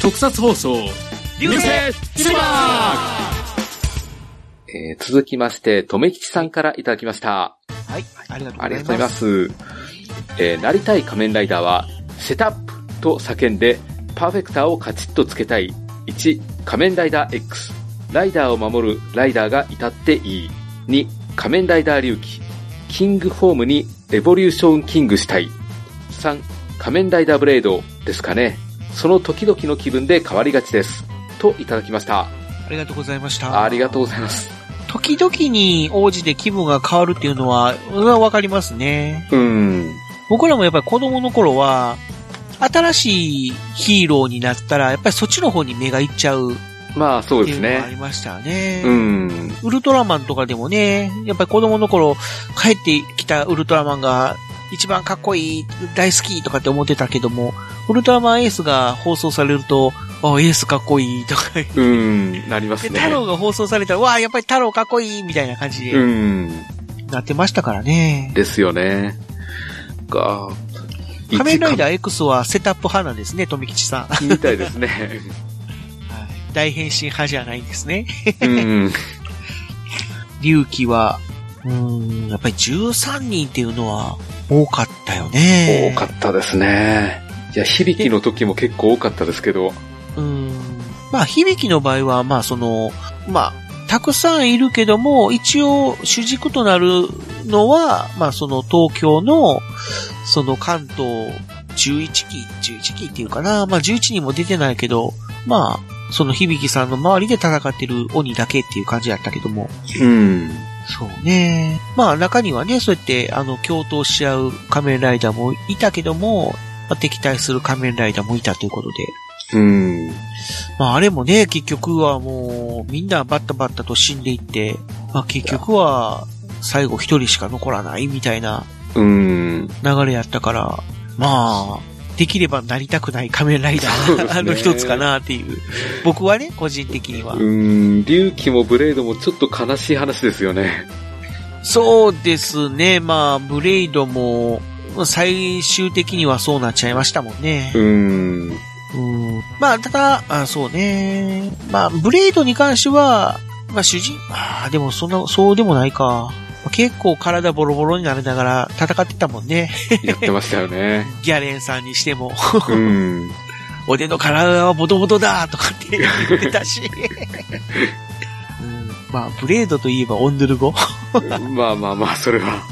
特撮放送流星シネマえー続きまして、とめきちさんからいただきました。はい、ありがとうございます。ありがとうございます。えーなりたい仮面ライダーは、セタップと叫んで、パーフェクターをカチッとつけたい。1、仮面ライダー X。ライダーを守るライダーが至っていい。2、仮面ライダー隆起。キングホームにレボリューションキングしたい。3、仮面ライダーブレードですかね。その時々の気分で変わりがちです。といただきましあた。りがとうございました。ありがとうございます。時々に応じて気分が変わるっていうのは、うんわかりますね。うーん。僕らもやっぱり子供の頃は、新しいヒーローになったら、やっぱりそっちの方に目がいっちゃうっまあ、そうてでいすうのがあね。りましたね。うん。ウルトラマンとかでもね、やっぱり子供の頃、帰ってきたウルトラマンが一番かっこいい、大好きとかって思ってたけども、ウルトラマンエースが放送されると、あ、エースかっこいいとか言ってうーん、なりますで、ね。太郎が放送されたら、わあ、やっぱり太郎かっこいいみたいな感じうでん。なってましたからね。ですよね。が、仮面ライダダー X はセタップ派なんですね、富吉さん。はーみたいですね。い大変身派じゃないんですね。うん。龍騎は、うーん、やっぱり13人っていうのは多かったよね。多かったですね。いや、響きの時も結構多かったですけど。うーんまあ、響きの場合は、まあ、その、まあ、たくさんいるけども、一応主軸となるのは、まあ、その東京の、その関東11期、11期っていうかな、まあ、11人も出てないけど、まあ、その響さんの周りで戦ってる鬼だけっていう感じだったけども。うん。そうね。まあ、中にはね、そうやって、あの、共闘し合う仮面ライダーもいたけども、まあ敵対する仮面ライダーもいたということで。うん。まああれもね、結局はもう、みんなバッタバッタと死んでいって、まあ結局は、最後一人しか残らないみたいなうん。流れやったから、まあ、できればなりたくない仮面ライダそうですねーの一つかなっていう。僕はね、個人的には。うん。隆起もブレードもちょっと悲しい話ですよね。そうですね、まあ、ブレイドも、最終的にはそうなっちゃいましたもんね。うん。うんまあ、ただ、あそうね。まあ、ブレードに関しては、まあ、主人、ああ、でもそんな、そうでもないか。まあ結構体ボロボロになりながら戦ってたもんね。やってましたよね。ギャレンさんにしても、 うん。俺の体はボトボトだとかって言ってたし。うんまあ、ブレードといえばオンドゥル語。まあまあまあ、それは。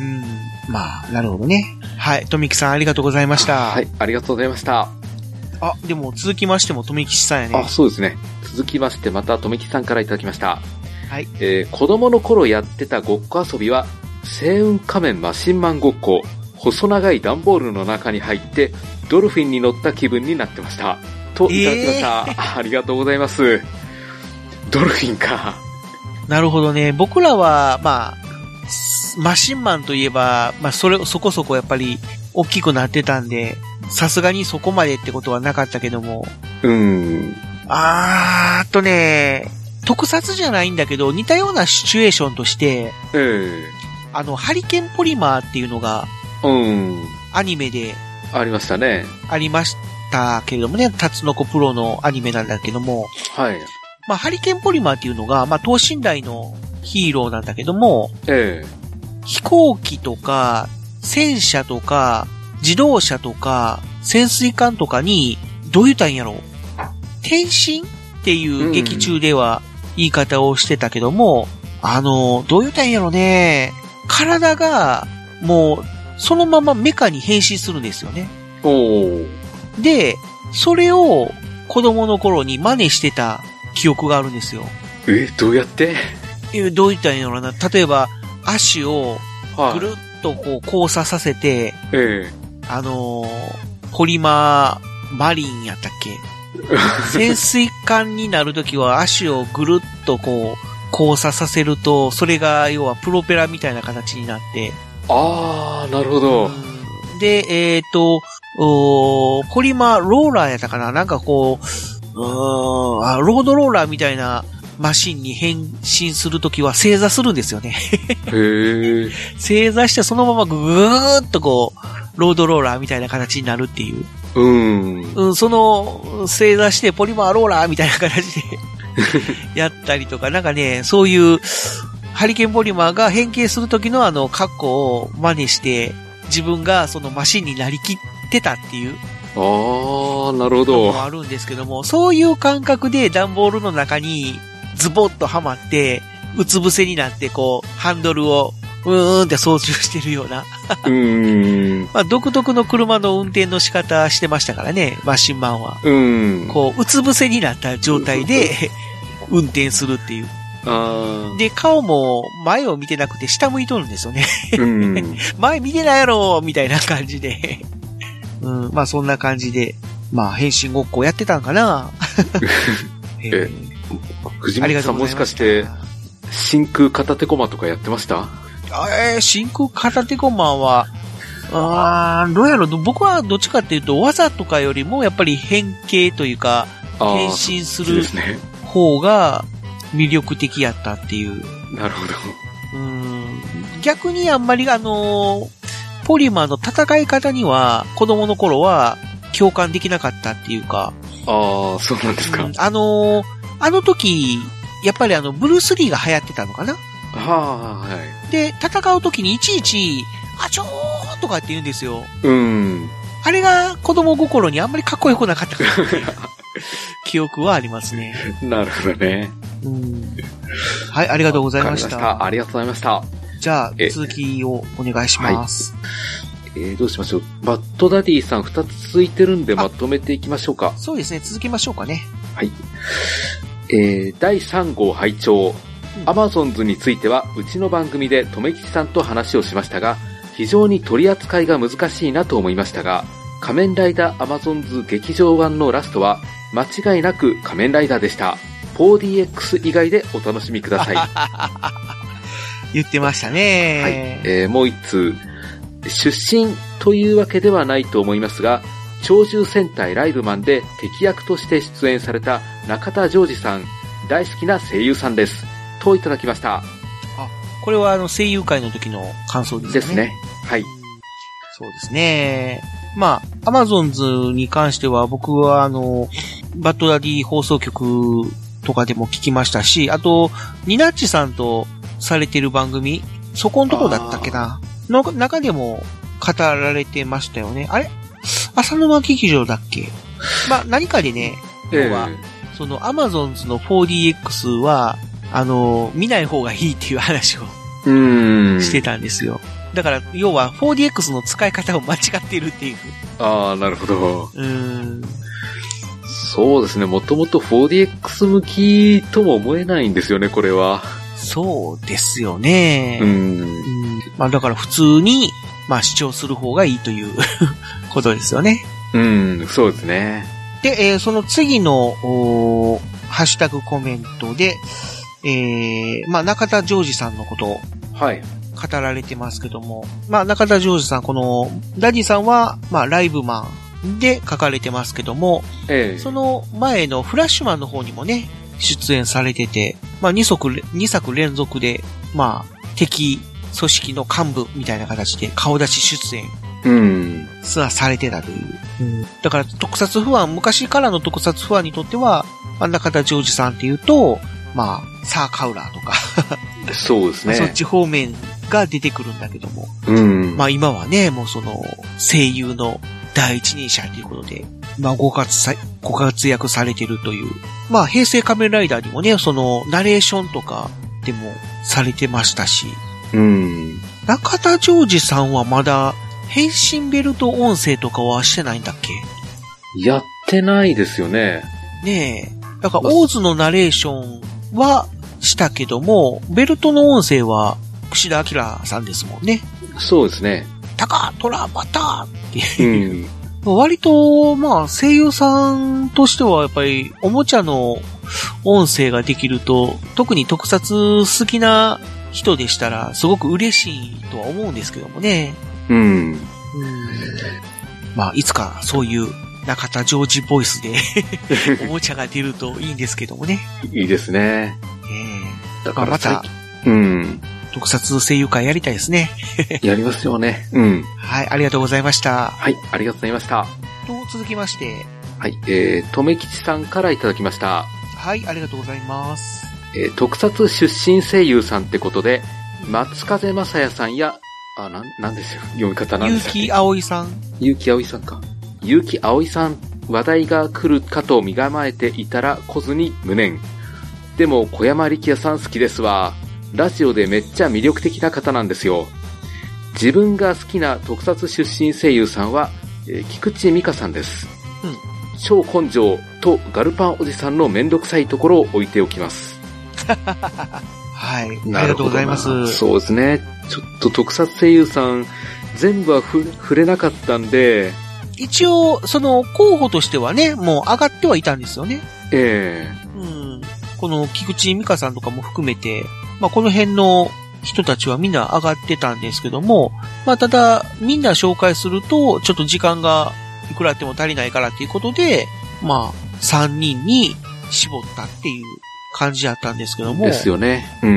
うん。まあ、なるほどね。はい。とみきさんありがとうございました。はい、ありがとうございました。あ、でも続きましてもとみきさんやあ、ね。そうですね。続きまして、また、とめきさんからいただきました。はい。えー子供の頃やってたごっこ遊びは、星雲仮面マシンマンごっこ、細長い段ボールの中に入って、ドルフィンに乗った気分になってました。と、いただきました。ありがとうございます。ドルフィンか。なるほどね。僕らは、まあ、すマシンマンといえば、まあ、それ、そこそこやっぱり大きくなってたんで、さすがにそこまでってことはなかったけども。うん。あーあとね、特撮じゃないんだけど、似たようなシチュエーションとして、ええあの、ハリケーンポリマーっていうのがうん。アニメでありましたね。ありましたけれどもね、タツノコプロのアニメなんだけども、はい。まあ、ハリケーンポリマーっていうのが、まあ、等身大のヒーローなんだけども、え飛行機とか、戦車とか、自動車とか、潜水艦とかに、どう言ったらいいんやろ転身っていう劇中では言い方をしてたけども、あの、どう言ったらいいんやろね、体が、もう、そのままメカに変身するんですよね。えおー。で、それを子供の頃に真似してた記憶があるんですよ。え、どうやってえどう言ったらいいんやろな。例えば、足をはぐるっとこう交差させて、えあのー、ポリマーマリンやったっけ潜水艦になるときは足をぐるっとこう、交差させると、それが要はプロペラみたいな形になって、えあー、なるほど。で、えっ、と、おーポリマーローラーやったかななんかこう、うーんあロードローラーみたいなマシンに変身するときは正座するんですよね。 へえ。正座してそのままぐーっとこう、ロードローラーみたいな形になるっていう。うん。うん、その、正座してポリマーローラーみたいな形で やったりとか、なんかね、そういう、ハリケーンポリマーが変形する時のあの、格好を真似して、自分がそのマシンになりきってたっていうああ、なるの ほど。もあるんですけども、そういう感覚で段ボールの中にズボッとはまって、うつ伏せになってこう、ハンドルをうーんって操縦してるような、うーん。まあ独特の車の運転の仕方してましたからね、マシンマンは。うん。こう、うつ伏せになった状態で、運転するっていう。あで、顔も前を見てなくて下向いとるんですよね。 あ。うん。前見てないやろみたいな感じで。 うん、まあそんな感じで、まあ変身ごっこやってたんかな え藤ありが本さとうんござもいしまかししたて、真空片手コマとかやってましたあえー、真空片手コマは、あーどうやろう僕はどっちかっていうと、技とかよりも、やっぱり変形というか、ああ。変身すいいでるすね。方が魅力的やったっていう。なるほど。うん逆にあんまりあのーポリマーの戦い方には、子供の頃は共感できなかったっていうか、ああ、そうなんですか。うんあのーあの時、やっぱりあの、ブルース・リーが流行ってたのかなはあ、はい。で、戦う時にいちいち、あちょーとかって言うんですよ。うん。あれが子供心にあんまりかっこよくなか ったかなっていう記憶はありますね。なるほどね。うんはい、ありがとうございましわかた。りまありがとうございました。じゃあえ、続きをお願いします。えー、どうしましょう。バッドダディさん2つ続いてるんでまとめていきましょうか。そうですね、続きましょうかね。えー、第3号拝聴うんアマゾンズについては、うちの番組で留吉さんと話をしましたが、非常に取り扱いが難しいなと思いましたが、仮面ライダーアマゾンズ劇場版のラストは、間違いなく仮面ライダーでした。4DX 以外でお楽しみください。言ってましたはいね。。えーもう一通。出身というわけではないと思いますが、鳥獣戦隊ライブマンで敵役として出演された中田ジョージさん、大好きな声優さんです。といただきました。これはあの声優会の時の感想ですね。ですね。はい。そうですね。まあ、アマゾンズに関しては僕はあの、バッドダディ放送局とかでも聞きましたし、あと、ニナッチさんとされてる番組、そこんとこだったっけなの中でも語られてましたよね。あれ浅沼劇場だっけまあ、何かでね、要はそのアマゾンズの 4DX は、あの、見ない方がいいっていう話をうーん。してたんですよ。だから、要は 4DX の使い方を間違っているっていう。ああ、なるほど。うーん。そうですね。もともと 4DX 向きとも思えないんですよね、これは。そうですようね。んう。ん。まあだから普通に、まあ主張する方がいいという ことですよね。うん、そうですね。で、えーその次の、おーハッシュタグコメントで、えーまあ中田ジョージさんのことをはい。語られてますけども、まあ中田ジョージさん、この、ダディさんは、まあライブマンで書かれてますけども、ええその前のフラッシュマンの方にもね、出演されてて、まあ2作れ、二作連続で、まあ敵組織の幹部みたいな形で顔出し出演うん。さされてたという。だから特撮不安、昔からの特撮不安にとっては、あ中田ジョージさんっていうと、まあ、サーカウラーとか、そうですそっね。ち方面が出てくるんだけども、うん。まあ今はね、もうその、声優の第一人者ということで、まあご活さご活躍されてるという。まあ平成仮面ライダーにもね、その、ナレーションとかでもされてましたし、うん。中田ジョージさんはまだ、変身ベルト音声とかはしてないんだっけやってないですよね。ねえ。だから、オーズのナレーションはしたけども、ベルトの音声は、串田明さんですもんね。そうですね。タカ、トラ、バターうん。割と、まあ、声優さんとしては、やっぱり、おもちゃの音声ができると、特に特撮好きな人でしたら、すごく嬉しいとは思うんですけどもね。うん。うん。まあ、いつか、そういう、中田ジョージボイスで おもちゃが出るといいんですけどもね。いいですね。えだえまあ、ま最た近、うん。特撮声優会やりたいですね。やりますよね。うん。はい、ありがとうございました。はい、ありがとうございました。と、続きまして、はい、えー、とめきちさんからいただきました。はい、ありがとうございます。えー特撮出身声優さんってことで、松風正也さんや、あ、なん、なんですよ。読み方なんで結す城葵さん。ゆうきあおいさんか。ゆうきあおいさん、話題が来るかと身構えていたら来ずに無念。でも小山力也さん好きですわ。ラジオでめっちゃ魅力的な方なんですよ。自分が好きな特撮出身声優さんは、えー菊池美香さんです。うん超根性とガルパンおじさんのめんどくさいところを置いておきます。はい、あなりるがとうほどござないます。そうですね。ちょっと特撮声優さん、全部はふ触れなかったんで、一応、その候補としてはね、もう上がってはいたんですよね。ええうん。この菊池美香さんとかも含めて、まあこの辺の人たちはみんな上がってたんですけども、まあただ、みんな紹介すると、ちょっと時間がいくらあっても足りないからっていうことで、まあ3人に絞ったっていう感じだったんですけども。ですよね。うん。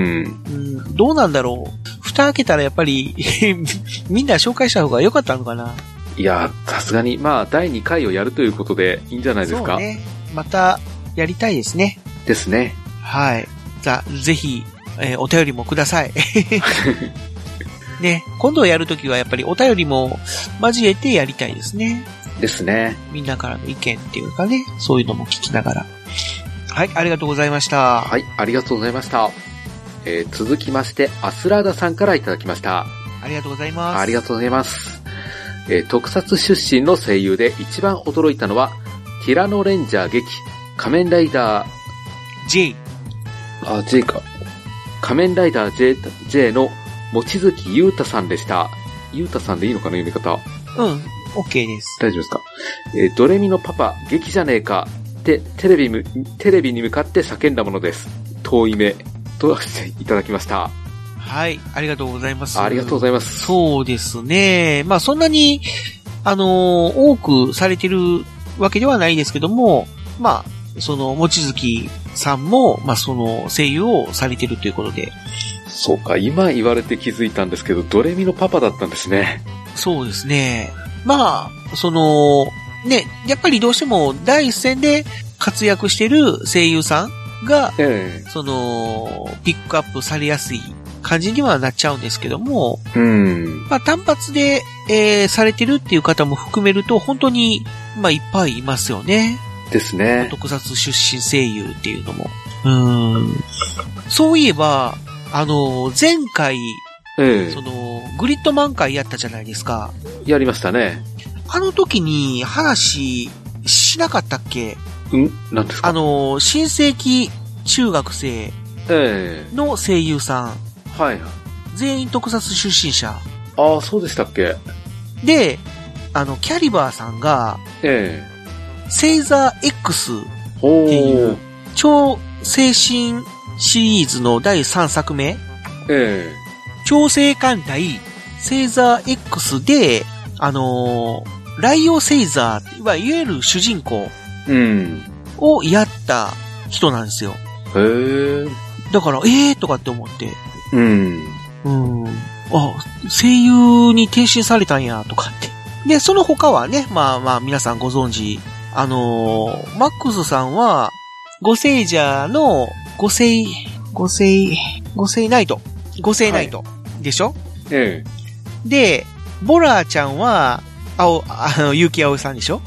うんどうなんだろう。蓋開けたらやっぱり、 みんな紹介した方が良かったのかないや、さすがに、まあ、第2回をやるということでいいんじゃないですそか。うね。また、やりたいですね。ですね。はい。じゃあ、ぜひ、えーお便りもくださ い。ね、今度やるときはやっぱりお便りも交えてやりたいですね。ですね。みんなからの意見っていうかね、そういうのも聞きながら。はい、ありがとうございました。はい、ありがとうございました。えー続きまして、アスラーダさんからいただきました。ありがとうございます。ありがとうございます。えー特撮出身の声優で一番驚いたのは、ティラノレンジャー劇、仮面ライダー、 J。あ、J か。仮面ライダー J, J の、望月優太さんでした。優太さんでいいのかな、読み方。うん、OK です。大丈夫ですか、えードレミのパパ、劇じゃねえかってテレビむ、テレビに向かって叫んだものです。遠い目としていただきました。はい、ありがとうございます。ありがとうございます。そうですね。まあそんなに、あのー多くされてるわけではないですけども、まあ、その、もちづきさんも、まあその、声優をされてるということで。そうか、今言われて気づいたんですけど、ドレミのパパだったんですね。そうですね。まあ、その、ね、やっぱりどうしても第一線で活躍してる声優さんが、えその、ピックアップされやすい感じにはなっちゃうんですけども、えうん。まあ、単発で、えーされてるっていう方も含めると、本当に、まあ、いっぱいいますよね。ですね。特撮出身声優っていうのも。うーん。そういえば、あの、前回、えその、グリッドマン会やったじゃないですか。えやりましたね。あの時に話しなかったっけうんなんですあかの、新世紀中学生えの声優さん、えはい。全員特撮出身者。ああ、そうでしたっけで、あの、キャリバーさんが、え星座 X えほっていうう。超精神シリーズの第3作目、え超星艦隊、星座 X で、あのーライオ星座、いわゆる主人公えうん。をやった人なんですよ。へえ。だから、えーとかって思って、うん。うん、あ、声優に転身されたんや、とかって。で、その他はね、まあまあ皆さんご存知、あのーマックスさんは、五聖ジャーの五聖、五聖、五聖ナイト。五聖ナイト。でしょえで、ボラーちゃんは、あお、あの、ゆきあおさんでしょ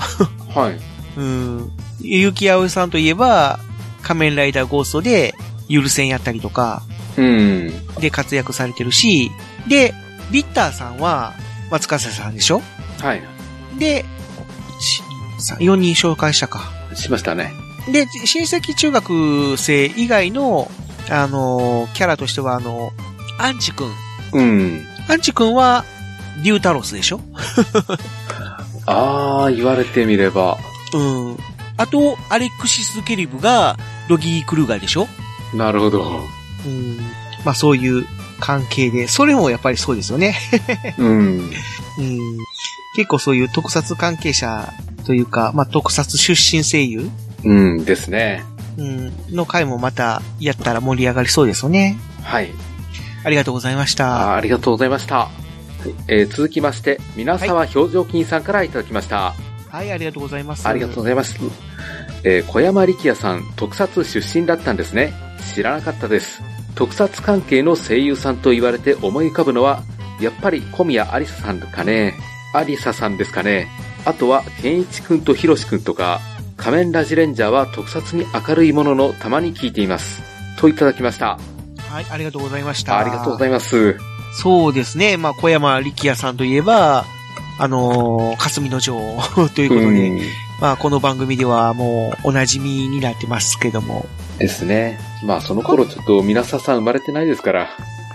えはい。うん。ゆきあおさんといえば、仮面ライダーゴーストで、ゆるせんやったりとか、うん。で活躍されてるし、で、ビッターさんは、松風さんでしょはい。で、4人紹介したか。しましたね。で、親戚中学生以外の、あのーキャラとしては、あのアンチ君。うん。アンチ君は、デュータロスでしょああ、言われてみれば。うん。あと、アレクシス・ケリブが、ロギー・クルーガーでしょなるほど。うん。まあ、そういう関係で、それもやっぱりそうですよね。うん。うん結構そういう特撮関係者というか、まあ、特撮出身声優、うんですね。うん、の回もまたやったら盛り上がりそうですよね。はい。ありがとうございましあーた。ありがとうございました。はいえー続きまして、皆沢表情筋さんからいただきました。はい、ありがとうございます。ありがとうございます。えー小山力也さん、特撮出身だったんですね。知らなかったです。特撮関係の声優さんと言われて思い浮かぶのは、やっぱり小宮ありささんかね。ありささんですかね。あとは、健一くんとひろしくんとか、仮面ラジレンジャーは特撮に明るいもののたまに聞いています。といただきました。はい、ありがとうございました。ありがとうございます。そうですね。まあ、小山力也さんといえば、あのー、霞の女王 ということで、うんまあ、この番組ではもうお馴染みになってますけども、ですね。まあ、その頃ちょっと皆さん生まれてないですから。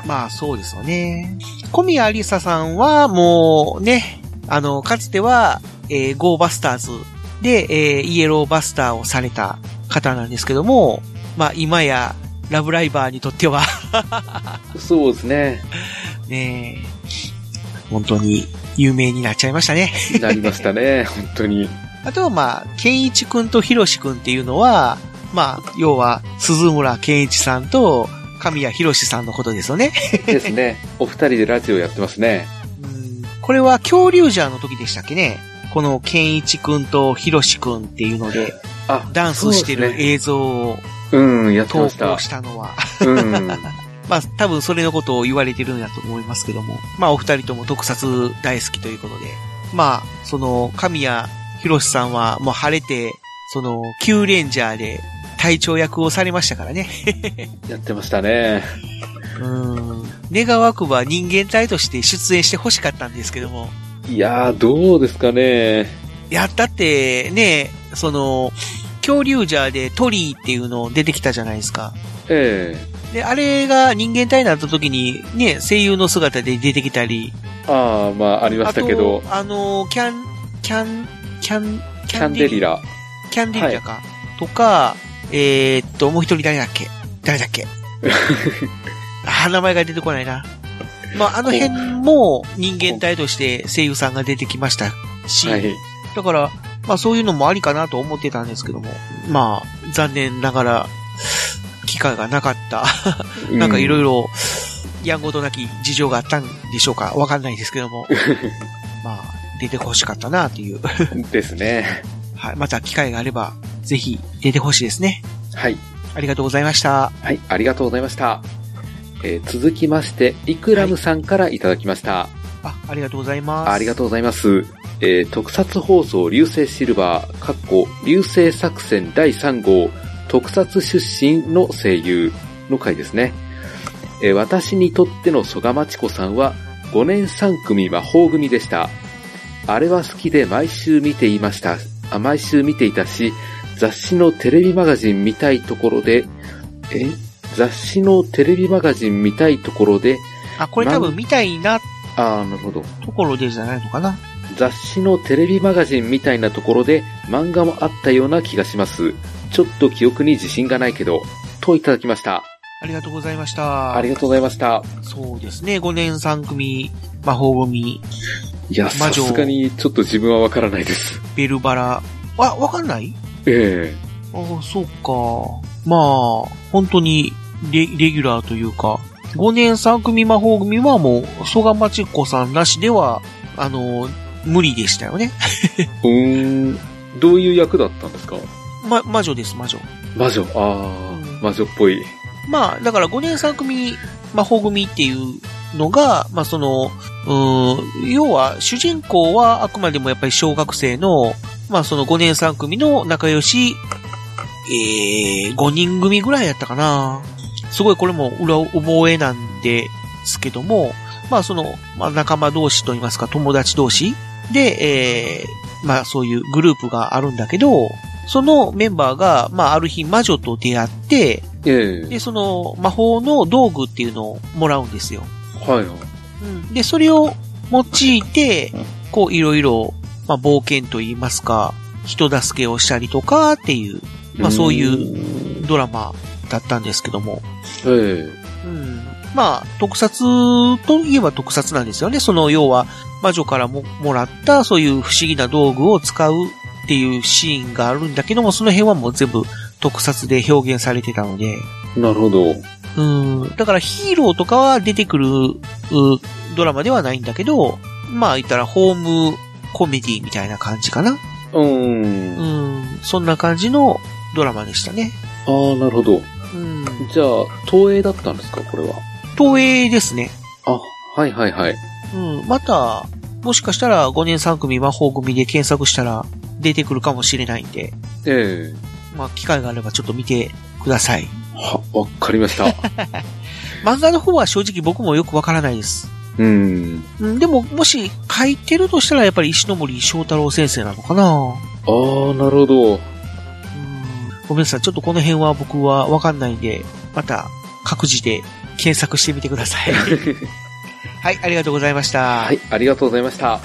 まあ、そうですよね。小宮有沙さんはもうね、あの、かつては、えーゴーバスターズで、えーイエローバスターをされた方なんですけども、まあ、今や、ラブライバーにとっては、 そうですね。ねえ本当に有名になっちゃいましたね。なりましたね。本当に。あとはまあ、健一くんとひろしくんっていうのは、まあ、要は、鈴村健一さんと、神谷ひろしさんのことですよね。ですね。お二人でラジオやってますね。うんこれは恐竜ジャーの時でしたっけねこの健一くんとひろしくんっていうので、あ、ダンスしてそるうですね映像をうん、やって投ま稿した。したのは、うん。 まあ多分それのことを言われてるんだと思いますけども、まあお二人とも特撮大好きということで、まあその神谷博士さんはもう晴れて、その旧レンジャーで隊長役をされましたからね。やってましたね。うん。願わくば人間体として出演して欲しかったんですけども、いやー、どうですかね。いや、だってね、その、恐竜ジャーでトリーっていうの出てきたじゃないですか。えで、あれが人間体になった時にね、声優の姿で出てきたり、えああ、まあ、ありましたけどあ。と、あの、キャン、キャン、キャン、キャンデリラ。キャンデリラか。とか、えーっと、もう一人誰だっけ誰だっ けあー、名前が出てこないな。まあ、あの辺も人間体として声優さんが出てきましたし、はい。だから、まあそういうのもありかなと思ってたんですけども、まあ、残念ながら、機会がなかった。なんかいろいろ。ろ、やんごとなき事情があったんでしょうかわかんないですけど も。まあ、出てほしかったなという。ですね。はい。また機会があれば、ぜひ出てほしいですね。はい。ありがとうございました。はい、ありがとうございました。えー続きまして、イクラムさんからいただきました。あ、ありがとうございます。ありがとうございます。えー特撮放送流星シルバー、かっこ流星作戦第3号、特撮出身の声優の回ですね。えー私にとっての曽我町子さんは、5年3組魔法組でした。あれは好きで毎週見ていました。あ毎週見ていたし、雑誌のテレビマガジン見たいところで、え雑誌のテレビマガジン見たいところで、あ、これ多分見たいなあー、なるほど。ところでじゃないのかな。雑誌のテレビマガジンみたいなところで漫画もあったような気がします。ちょっと記憶に自信がないけど、といただきました。ありがとうございました。ありがとうございました。そうですね。5年3組、魔法組、いや、魔さ女すがにちょっと自分はわからないです。ベルバラ。あ、わかんないえああ、そうか。まあ、本当にレ、レギュラーというか、5年3組魔法組はもう、蘇我町子さんなしでは、あの、無理でしたよね。えうーん、どういう役だったんですかま、魔女です、魔女。魔女。あー、魔女っぽい。まあ、だから5年3組魔法組っていうのが、まあその、うーん、要は、主人公はあくまでもやっぱり小学生の、まあその5年3組の仲良し、えー、5人組ぐらいやったかな。すごいこれも裏覚えなんですけども、まあその、まあ仲間同士といいますか友達同士で、えー、まあそういうグループがあるんだけど、そのメンバーが、まあある日魔女と出会って、ええで、その魔法の道具っていうのをもらうんですよ。はいはい。で、それを用いて、こういろいろ、まあ冒険といいますか、人助けをしたりとかっていうまあそういうドラマだったんですけども。ーん。えうん。まあ、特撮といえば特撮なんですよね。その要は、魔女からももらったそういう不思議な道具を使うっていうシーンがあるんだけども、その辺はもう全部特撮で表現されてたので、えなるほど。うん。だからヒーローとかは出てくるうドラマではないんだけど、まあ言ったらホームコメディみたいな感じかな。うん。うあん、そんな感じのドラマでしたね。あ、なるほど。うん、じゃあ、東映だったんですか、これは。東映ですね。あ、はいはいはい。うん、また、もしかしたら5年3組魔法組で検索したら出てくるかもしれないんで、ええまあ、機会があればちょっと見てください。は、わかり ました。漫画の方は正直僕もよくわからないです。うん。うん、でも、もし書いてるとしたらやっぱり石ノ森章太郎先生なのかなああ、なるほど。うんごめんなさい。ちょっとこの辺は僕はわかんないんで、また各自で検索してみてくださ い。はい、ありがとうございました。はい、ありがとうございました。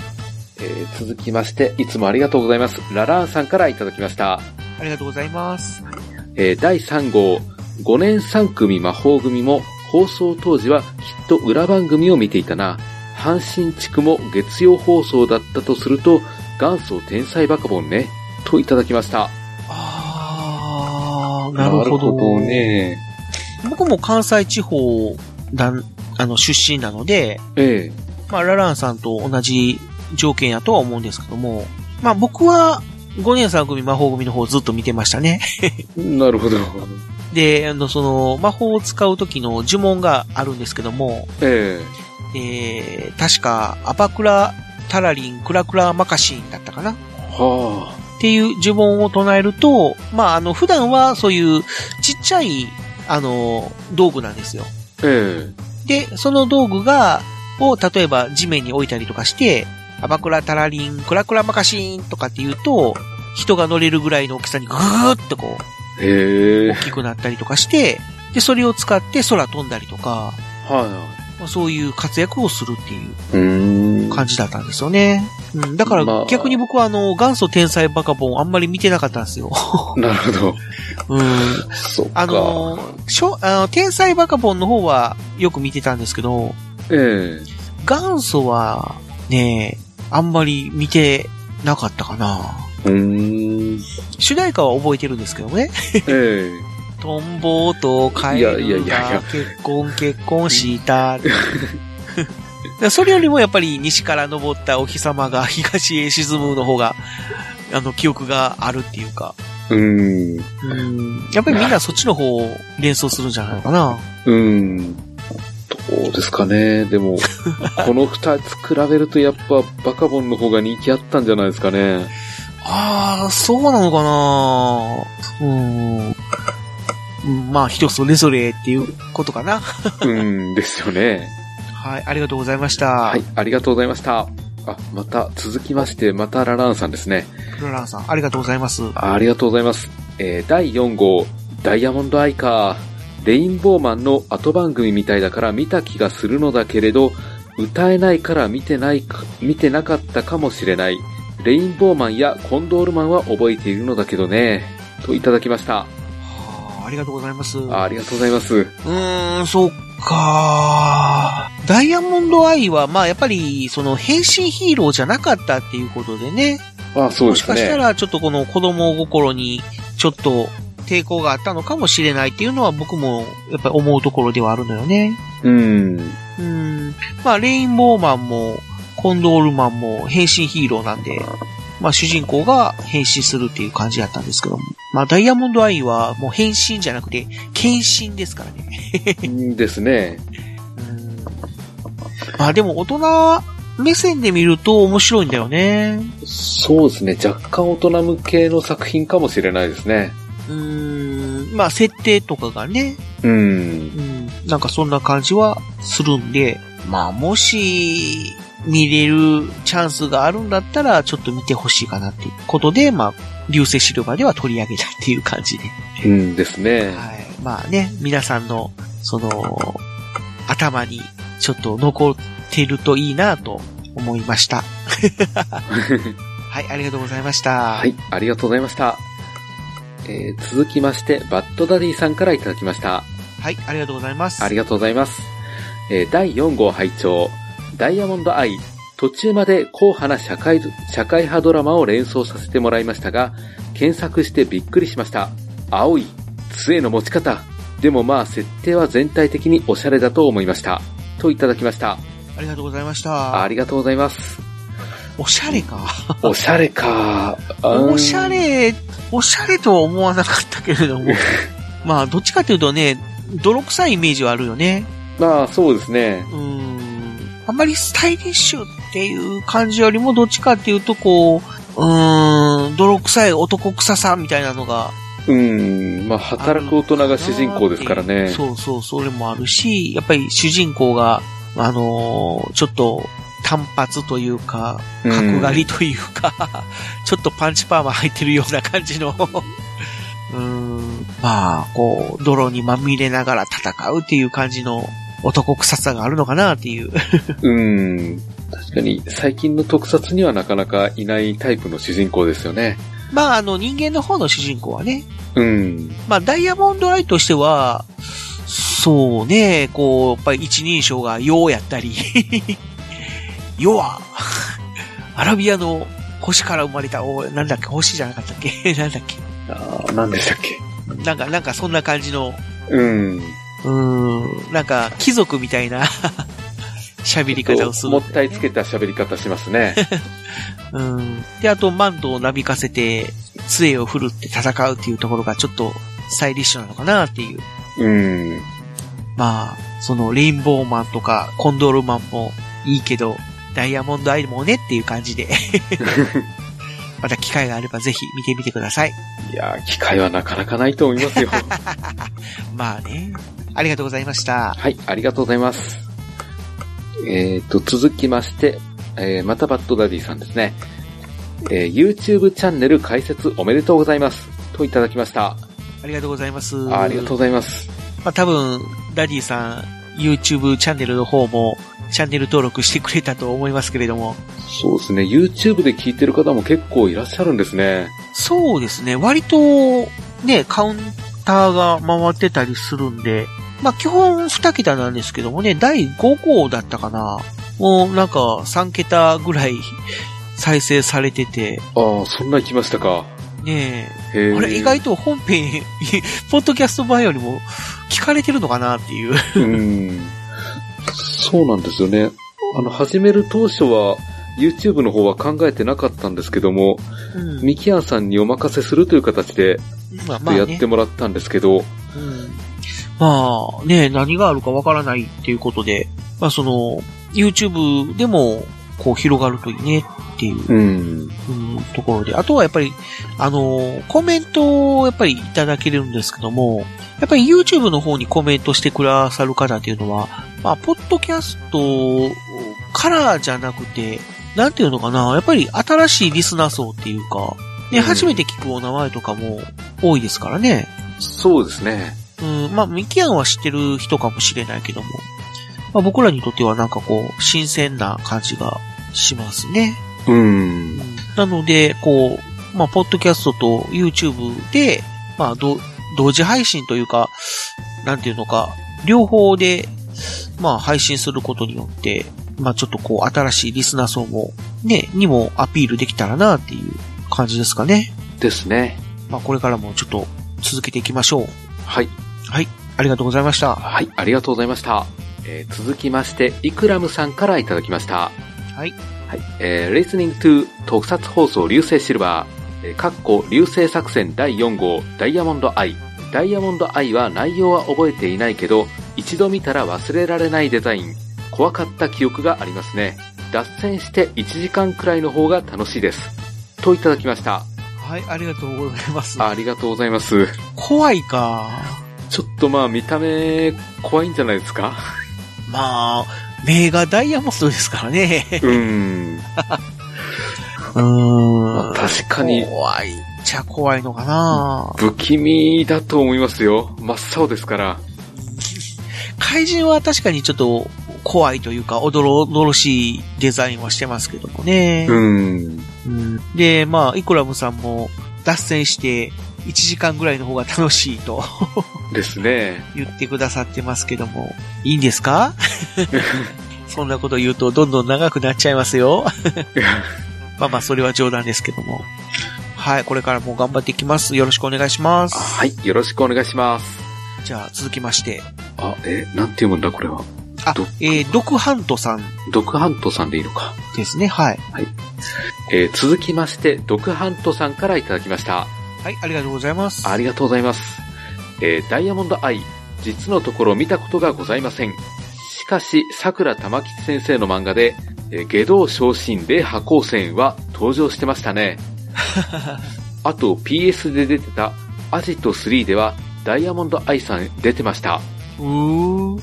えー続きまして、いつもありがとうございます。ララーンさんからいただきました。ありがとうございます。えー第3号、5年3組魔法組も、放送当時はきっと裏番組を見ていたな。阪神地区も月曜放送だったとすると、元祖天才バカボンね。といただきました。あー、なるほど。ね。僕も関西地方だん、あの、出身なので、えまあ、ラランさんと同じ条件やとは思うんですけども、まあ僕は5年3組魔法組の方をずっと見てましたね。えなるほど。で、あの、その、魔法を使う時の呪文があるんですけども、ええー、確か、アバクラ、タラリン、クラクラマカシンだったかなっえはていう呪文を唱えると、まあ、あの、普段はそういうちっちゃい、あの、道具なんですよ。あ。えで、その道具が、を、例えば地面に置いたりとかして、アバクラ、タラリン、クラクラマカシンとかって言うと、人が乗れるぐらいの大きさにぐーっとこう、えへえ大きくなったりとかして、で、それを使って空飛んだりとか、はまあそういう活躍をするっていうい。うーん。感じだったんですよね。うん、だからまあ逆に僕はあの、元祖天才バカボンあんまり見てなかったんですよ。なるほど。うん。そっか。あの、しょあの天才バカボンの方はよく見てたんですけど、ええ元祖はね、あんまり見てなかったかな。うーん。主題歌は覚えてるんですけどね。えトンボとカエいやいルやいやいがや結婚結婚したって。だからそれよりもやっぱり西から昇ったお日様が東へ沈むの方が、あの、記憶があるっていうか。えうーん。うん。やっぱりみんなそっちの方を連想するんじゃないのかな。うーん。どうですかね。で も、この二つ比べるとやっぱバカボンの方が人気あったんじゃないですかね。ああ、そうなのかなうんうん。まあ、人それぞれっていうことかな。うんですよね。はい、ありがとうございました。 はい、ありがとうございました。あ、また、続きまして、またラランさんですね。ロランさん、ありがとうございます。あありがとうございます。えー第4号、ダイヤモンドアイカー。レインボーマンの後番組みたいだから見た気がするのだけれど、歌えないから見てないか、見てなかったかもしれない。レインボーマンやコンドールマンは覚えているのだけどね。といただきました。はあありがとうございます。うあありがとうございます。ーん、そっかー。ダイヤモンドアイは、まあ、やっぱり、その、変身ヒーローじゃなかったっていうことでね。ああそうもでしすかしたね。ら、ちょっとこの子供心に、ちょっと、抵抗があったのかもしれないっていうのは僕も、やっぱり思うところではあるのよね。うん。うん。まあ、レインボーマンも、コンドールマンも変身ヒーローなんで、まあ、主人公が変身するっていう感じだったんですけども。まあ、ダイヤモンドアイはもう変身じゃなくて、献身ですからね。うんですね。うん。まあ、でも大人目線で見ると面白いんだよね。そうですね。若干大人向けの作品かもしれないですね。うん。まあ、設定とかがね、うん。うん。なんかそんな感じはするんで、まあ、もし、見れるチャンスがあるんだったら、ちょっと見てほしいかなっていうことで、まあ、流星シルバーでは取り上げたっていう感じで。うんですはね。い。まあね、皆さんの、その、頭にちょっと残ってるといいなと思いました。はい、ありがとうございました。はい、ありがとうございました。えー続きまして、バッドダディさんからいただきました。はい。ありがとうございます。ありがとうございます。えー第4号拝聴ダイヤモンドアイ。途中まで硬派な社会、社会派ドラマを連想させてもらいましたが、検索してびっくりしました。青い、杖の持ち方。でもまあ、設定は全体的におしゃれだと思いました。といただきました。ありがとうございました。 ありがとうございます。おしゃれか。おしゃれか。うんおしゃれ、おしゃれとは思わなかったけれど も。まあ、どっちかというとね、泥臭いイメージはあるよね。まあ、そうですね。うーん。あんまりスタイリッシュっていう感じよりも、どっちかっていうと、こう、うーん、泥臭い男臭さみたいなのがうん。まあ、働く大人が主人公ですからね。そうそう、それもあるし、やっぱり主人公が、あのーちょっと、単発というか、うん角刈りというか、 ちょっとパンチパーマ入ってるような感じの、うーん、まあ、こう、泥にまみれながら戦うっていう感じの男臭さがあるのかなっていう。 うん。確かに、最近の特撮にはなかなかいないタイプの主人公ですよね。まあ、あの、人間の方の主人公はね、うん。まあ、ダイヤモンドアイとしては、そうね、こう、やっぱり一人称がようやったり、 よは、アラビアの星から生まれた、おなんだっけ、星じゃなかったっけ なんだっけああ、何でしたっけ。なんか、なんかそんな感じの、うん。うーん、なんか貴族みた いな喋り方をする、もったいつけた喋り方しま すね。うん。で、あと、マントをなびかせて、杖を振るって戦うっていうところがちょっと、スタイリッシュなのかなっていう。うん。まあ、そのレインボーマンとかコンドルマンもいいけど、ダイヤモンドアイもねっていう感じで。 また機会があればぜひ見てみてください。いやー、機会はなかなかないと思 いますよ。まあね。ありがとうございました。はい、ありがとうございます。えー、と、続きまして、えー、またバッドダディさんですね。えー、YouTube チャンネル開設おめでとうございます。といただきました。ありがとうございます。あありがとうございます。まあ多分、ダディさん、YouTube チャンネルの方も、チャンネル登録してくれたと思いますけれども。そうですね、YouTube で聞いてる方も結構いらっしゃるんですね。そうですね。割と、ね、カウンターが回ってたりするんで、まあ基本2桁なんですけどもね、第5号だったかな。もうなんか3桁ぐらい再生されてて、ああ、そんな行きましたか。ねへえ、ーあれ意外と本編、 ポッドキャスト版よりも聞かれてるのかなっていう。うん。そうなんですよね。あの、始める当初は、YouTube の方は考えてなかったんですけども、うん、ミキアンさんにお任せするという形でまあまあやっねて。もらったんですけど、うんまあね、何があるかわからないっていうことで、まあその、YouTube でも、こう広がるといいねっていううん。うんところで、あとはやっぱり、あのーコメントをやっぱりいただけるんですけども、やっぱり YouTube の方にコメントしてくださる方っていうのは、まあ、ポッドキャストからじゃなくて、なんていうのかな、やっぱり新しいリスナー層っていうか、ね、うん初めて聞くお名前とかも多いですからね。そうですね。うん、まあ、ミキアンは知ってる人かもしれないけども、まあ、僕らにとってはなんかこう、新鮮な感じがしますね。うん。なので、こう、まあ、ポッドキャストと YouTube で、まあ、ど同時配信というか、なんていうのか、両方で、まあ、配信することによって、まあ、ちょっとこう、新しいリスナー層も、ね、にもアピールできたらなっていう感じですかね。ですね。まあ、これからもちょっと続けていきましょう。はい。ありがとうございました。はい。ありがとうございました。えー続きまして、イクラムさんからいただきました。はい。はい。えー、Listening to 特撮放送流星シルバー、えー、かっこ流星作戦第4号ダイヤモンドアイ。ダイヤモンドアイは内容は覚えていないけど、一度見たら忘れられないデザイン。怖かった記憶がありますね。脱線して1時間くらいの方が楽しいです。といただきました。はい、ありがとうございます。ありがとうございます。怖いか。ちょっとまあ見た目怖いんじゃないですか まあ、名がダイヤモンドですからね。うん。うーん。確かに怖いっちゃ怖いのかな、不気味だと思いますよ。真っ青ですから。怪人は確かにちょっと怖いというか、おどろおどろしいデザインはしてますけどもね。うん。うんで、まあ、イコラムさんも脱線して1時間ぐらいの方が楽しいと です ね。言ってくださってますけども、いいんですか そんなこと言うとどんどん長くなっちゃいますよ。まあまあ、それは冗談ですけども。はい、これからも頑張っていきます。よろしくお願いします。はい、よろしくお願いします。じゃあ、続きまして。あ、え、なんて読むんだ、これは。あど、えー、ドクハントさんドクハントさんでいいのか。ですね。はい。えー続きまして、ドクハントさんからいただきました。はい、ありがとうございます。ありがとうございます。えーダイヤモンドアイ、実のところ見たことがございません。しかし、桜玉吉先生の漫画で、えー下道昇進で破光線は登場してました ね。あと、PS で出てたアジト3では、ダイヤモンドアイさん出てました。うーん。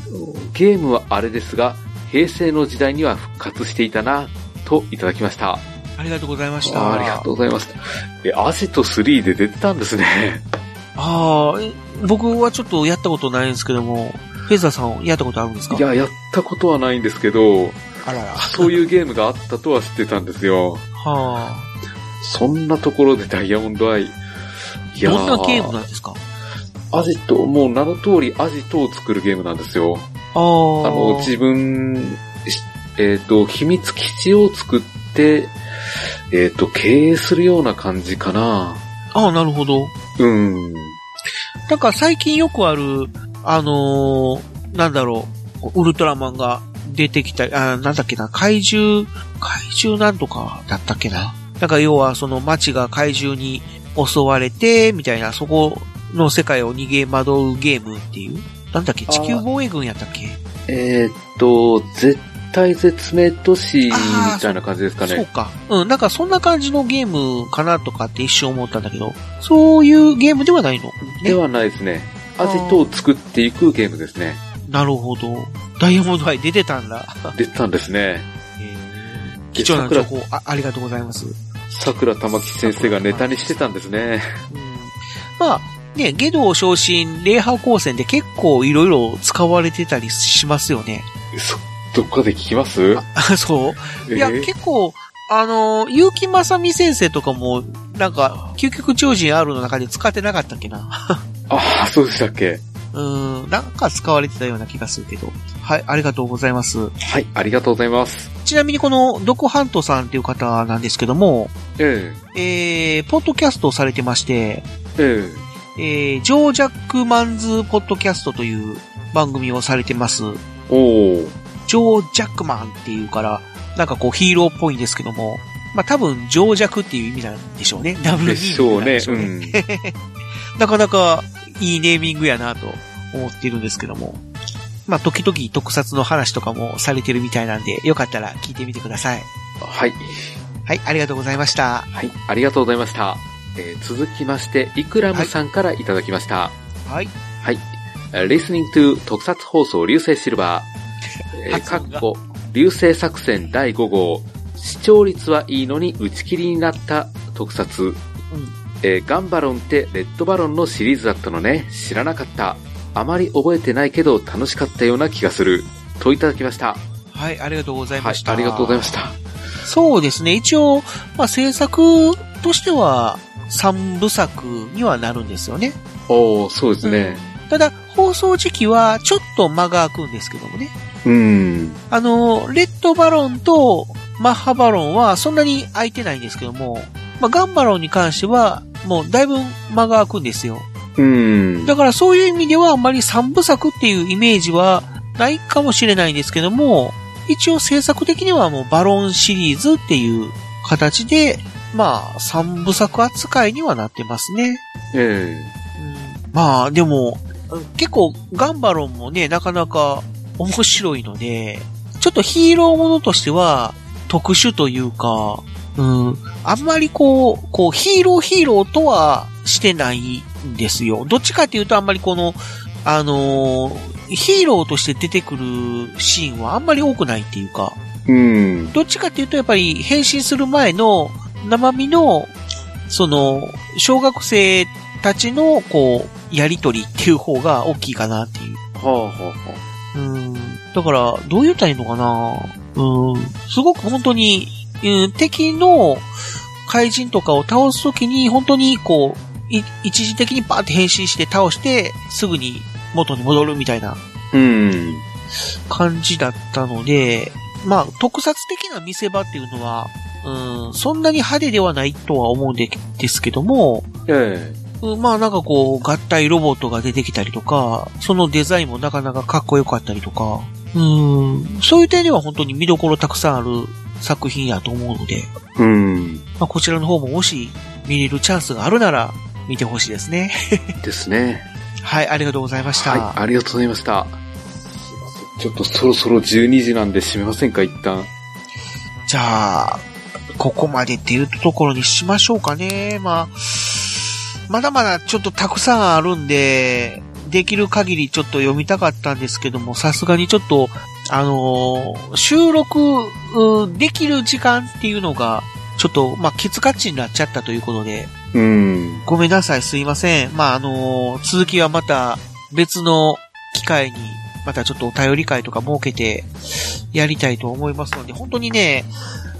ゲームはあれですが、平成の時代には復活していたな、といただきました。ありがとうございました。あーありがとうございます。え、アジト3で出てたんですね。ああ、え僕はちょっとやったことないんですけども、フェザーさんやったことあるんですかい、や、やったことはないんですけど、あらら。はそういうゲームがあったとは知ってたんですよ。あ。そんなところでダイヤモンドアイ。いやどんなゲームなんですかアジト、もう名の通りアジトを作るゲームなんですよ。あああー。の、自分、しえっ、と、秘密基地を作って、えっ、と、経営するような感じかな。ああ、なるほど。うん。なんか最近よくある、あのーなんだろう、ウルトラマンが出てきたり、あーなんだっけな、怪獣、怪獣なんとかだったっけな。なんか要はその街が怪獣に襲われて、みたいな、そこの世界を逃げ惑うゲームっていう。なんだっけ、あー地球防衛軍やったっけえっ、と、絶対絶命都市みたいな感じですかそうね。か。うん、なんかそんな感じのゲームかなとかって一瞬思ったんだけど、そういうゲームではないのではないですね。アジトを作っていくゲームですね。なるほど。ダイヤモンドアイ出てたんだ。出てたんですね。貴重な情報あ、ありがとうございます。桜玉木先生がネタにしてたんですね。まあ、ね、下道昇進、霊波光線で結構いろいろ使われてたりしますよね。そ、どっかで聞きますあ そう。いや、えー結構、あの、結城正美先生とかも、なんか、究極超人 R の中で使ってなかったっけな。ああ、そうでしたっけうん、なんか使われてたような気がするけど。はい、ありがとうございます。はい、ありがとうございます。ちなみにこの、ドコハントさんっていう方なんですけども、ええー、ポッドキャストをされてまして、えええー、ジョージャックマンズポッドキャストという番組をされてます。えおおジョージャックマンっていうから、なんかこうヒーローっぽいんですけども、まあ多分、ジョージャクっていう意味なんでしょうね。ダブルでしょうね。ミーうニングなんでん。しょうねなかなかいいネーミングやなと思っているんですけども。まあ時々特撮の話とかもされてるみたいなんで、よかったら聞いてみてください。はい。はい、ありがとうございました。はい、ありがとうございました。えー続きまして、イクラムさんからいただきました。はい。はい。Listening to 特撮放送流星シルバー。えー、発か音がっこ、流星作戦第5号。視聴率はいいのに打ち切りになった特撮。えーガンバロンってレッドバロンのシリーズだったのね。知らなかった。あまり覚えてないけど楽しかったような気がする。といただきました。はい、ありがとうございはまいし、た。ありがとうございました。そうですね。一応、まあ、制作としては3部作にはなるんですよね。おー、そうですね。ただ、放送時期はちょっと間が空くんですけどもね。うん。あの、レッドバロンとマッハバロンはそんなに空いてないんですけども、まあ、ガンバロンに関してはもうだいぶ間が空くんですよ。うん。だからそういう意味ではあんまり3部作っていうイメージはないかもしれないんですけども、一応制作的にはもうバロンシリーズっていう形で、まあ3部作扱いにはなってますね。えうんまあでも、結構ガンバロンもね、なかなか面白いので、ちょっとヒーローものとしては特殊というか、うん、あんまりこう、こうヒーローヒーローとはしてないんですよ。どっちかっていうとあんまりこの、あのーヒーローとして出てくるシーンはあんまり多くないっていうか、えうん。どっちかっていうとやっぱり変身する前の生身の、その、小学生たちの、こう、やりとりっていう方が大きいかなっていう。はあはあはうん。だから、どう言ったらいいのかなうん。すごく本当に、うん、敵の怪人とかを倒すときに、本当に、こう、い一時的にバーって変身して倒して、すぐに元に戻るみたいなあ。うん。感じだったので、まあ、特撮的な見せ場っていうのは、うん、そんなに派手ではないとは思うんでですけども、えうんまあなんかこう、合体ロボットが出てきたりとか、そのデザインもなかなかかっこよかったりとか、えうん、そういう点では本当に見どころたくさんある作品やと思うので、うん。まあ、こちらの方ももし見れるチャンスがあるなら見てほしいですね。ですね。はい、ありがとうございました。はい、ありがとうございました。ちょっとそろそろ12時なんで閉めませんか、一旦。じゃあ、ここまでっていうところにしましょうかね。まあ、まだまだちょっとたくさんあるんで、できる限りちょっと読みたかったんですけども、さすがにちょっと、あのー収録うんできる時間っていうのが、ちょっと、まあ、ケツカッチになっちゃったということで、うん。ごめんなさい、すいません。まあ、あのー続きはまた別の機会に、またちょっとお便り会とか設けてやりたいと思いますので、本当にね、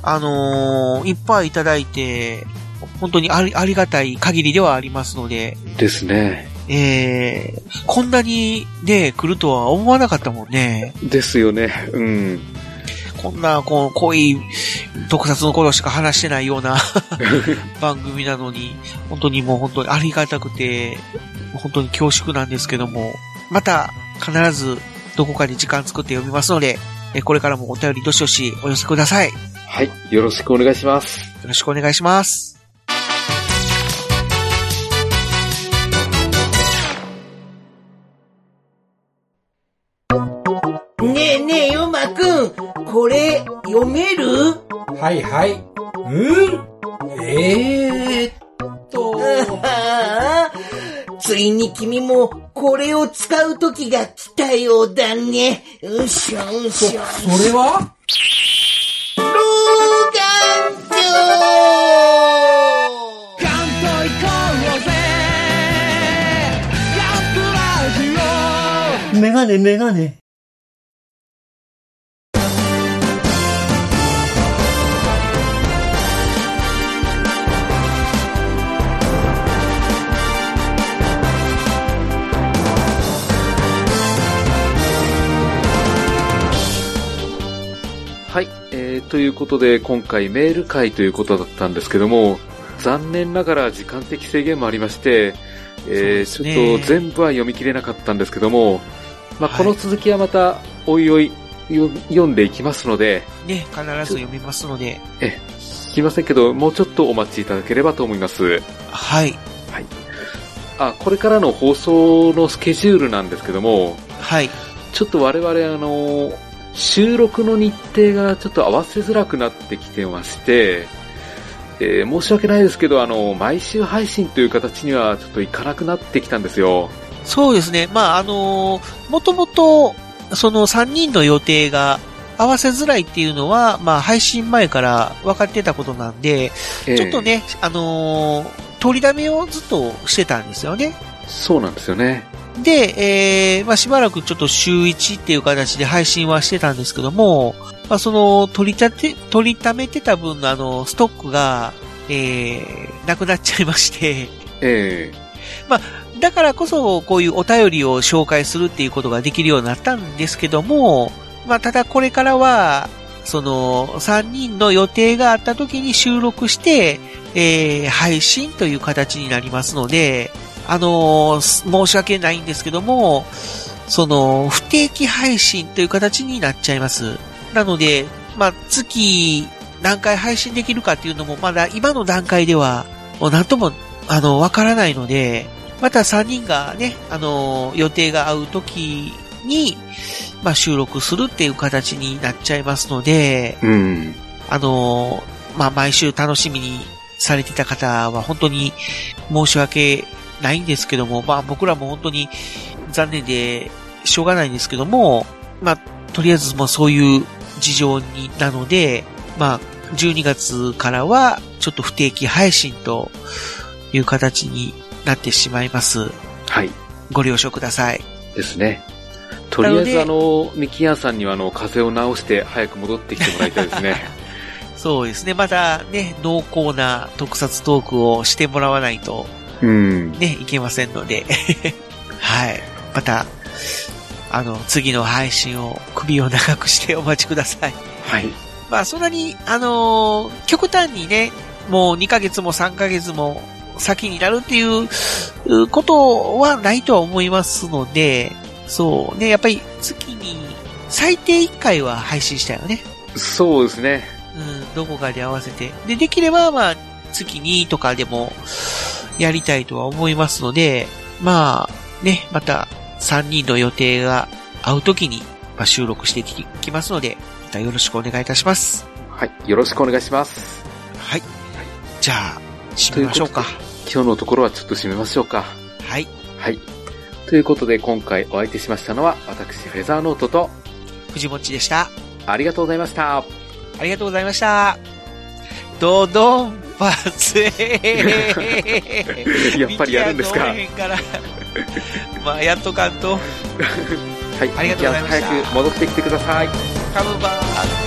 あのーいっぱいいただいて、本当にありありがたい限りではありますので、ですね。えー、こんなにね、来るとは思わなかったもんね。ですよね。うん。こんな、こう、濃い特撮の頃しか話してないよう な番組なのに、本当にもう本当にありがたくて、本当に恐縮なんですけども、また必ずどこかに時間作って読みますので、えこれからもお便りどしどしお寄せください。よはい、よろしくお願いします。ろしくお願いします。ねえねえ、ヨマくん、これ、読める はいはい。うんえーっと、ああ、ついに君も、これを使う時が来たようだね。うしょうそ、そしれょ。は老眼鏡メガネメガネ。はい、えー、ということで、今回メール会ということだったんですけども、残念ながら時間的制限もありまして、えーそうですねちょっと全部は読み切れなかったんですけども、まあ、はいこの続きはまた、おいおい、よ読んでいきますので、ね、必ず読みますので、え、すいませんけど、もうちょっとお待ちいただければと思います。はい、あ、これからの放送のスケジュールなんですけども、はい、ちょっと我々、あの、収録の日程がちょっと合わせづらくなってきてまして、えー申し訳ないですけど、あの、毎週配信という形にはちょっといかなくなってきたんですよ。そうですね。まあ、あのーもともと、その3人の予定が合わせづらいっていうのは、まあ、配信前から分かってたことなんで、えーちょっと。ね、あのー取りだめをずっとしてたんですよね。そうなんですよね。で、えーまあ、しばらくちょっと週1っていう形で配信はしてたんですけども、まあ、その、取り立て、取りためてた分のあの、ストックが、えーなくなっちゃいまして、えだからこそ、こういうお便りを紹介するっていうことができるようになったんですけども、まあ、ただこれからは、その、3人の予定があった時に収録して、えー配信という形になりますので、あのーす申し訳ないんですけども、その、不定期配信という形になっちゃいます。なので、まあ、月何回配信できるかっていうのも、まだ今の段階では、もうなんとも、あの、わからないので、また3人がね、あのー予定が合う時に、まあ、収録するっていう形になっちゃいますので、えうん。あのーまあ、毎週楽しみにされてた方は本当に申し訳ないんですけども、まあ、僕らも本当に残念でしょうがないんですけども、まあ、とりあえずもうそういう事情になので、まあ、12月からはちょっと不定期配信という形になってしまいます。はい。ご了承ください。ですね。とりあえず、なあのの、ミキヤンさんには、あの、風邪を治して早く戻ってきてもらいたいです ね。そうですね。またね、濃厚な特撮トークをしてもらわないとうん。ね、いけませんので、 はい。また、あの、次の配信を首を長くしてお待ちください。はい。まあ、そんなに、あのー極端にね、もう2ヶ月も3ヶ月も先になるっていううことはないとは思いますので、そうね、やっぱり月に最低1回は配信したよね。そうですね。うん、どこかで合わせて。で、できれば、まあ、月にとかでも、やりたいとは思いますので、まあ、ね、また、3人の予定が合うときに、まあ、収録していきますので、またよろしくお願いいたします。はい。よろしくお願いします。はい。じゃあ、締めましょうか。今日のところはちょっと締めましょうか。はい。はい。ということで今回お相手しましたのは私、フェザーノートと藤もっちでした。ありがとうございました。ありがとうございました。どどんぱつえ やっぱりやるんですか。はい。からまあ、やっとかんと、ミキヤンありがとうございました早く戻ってきてください。カムバー。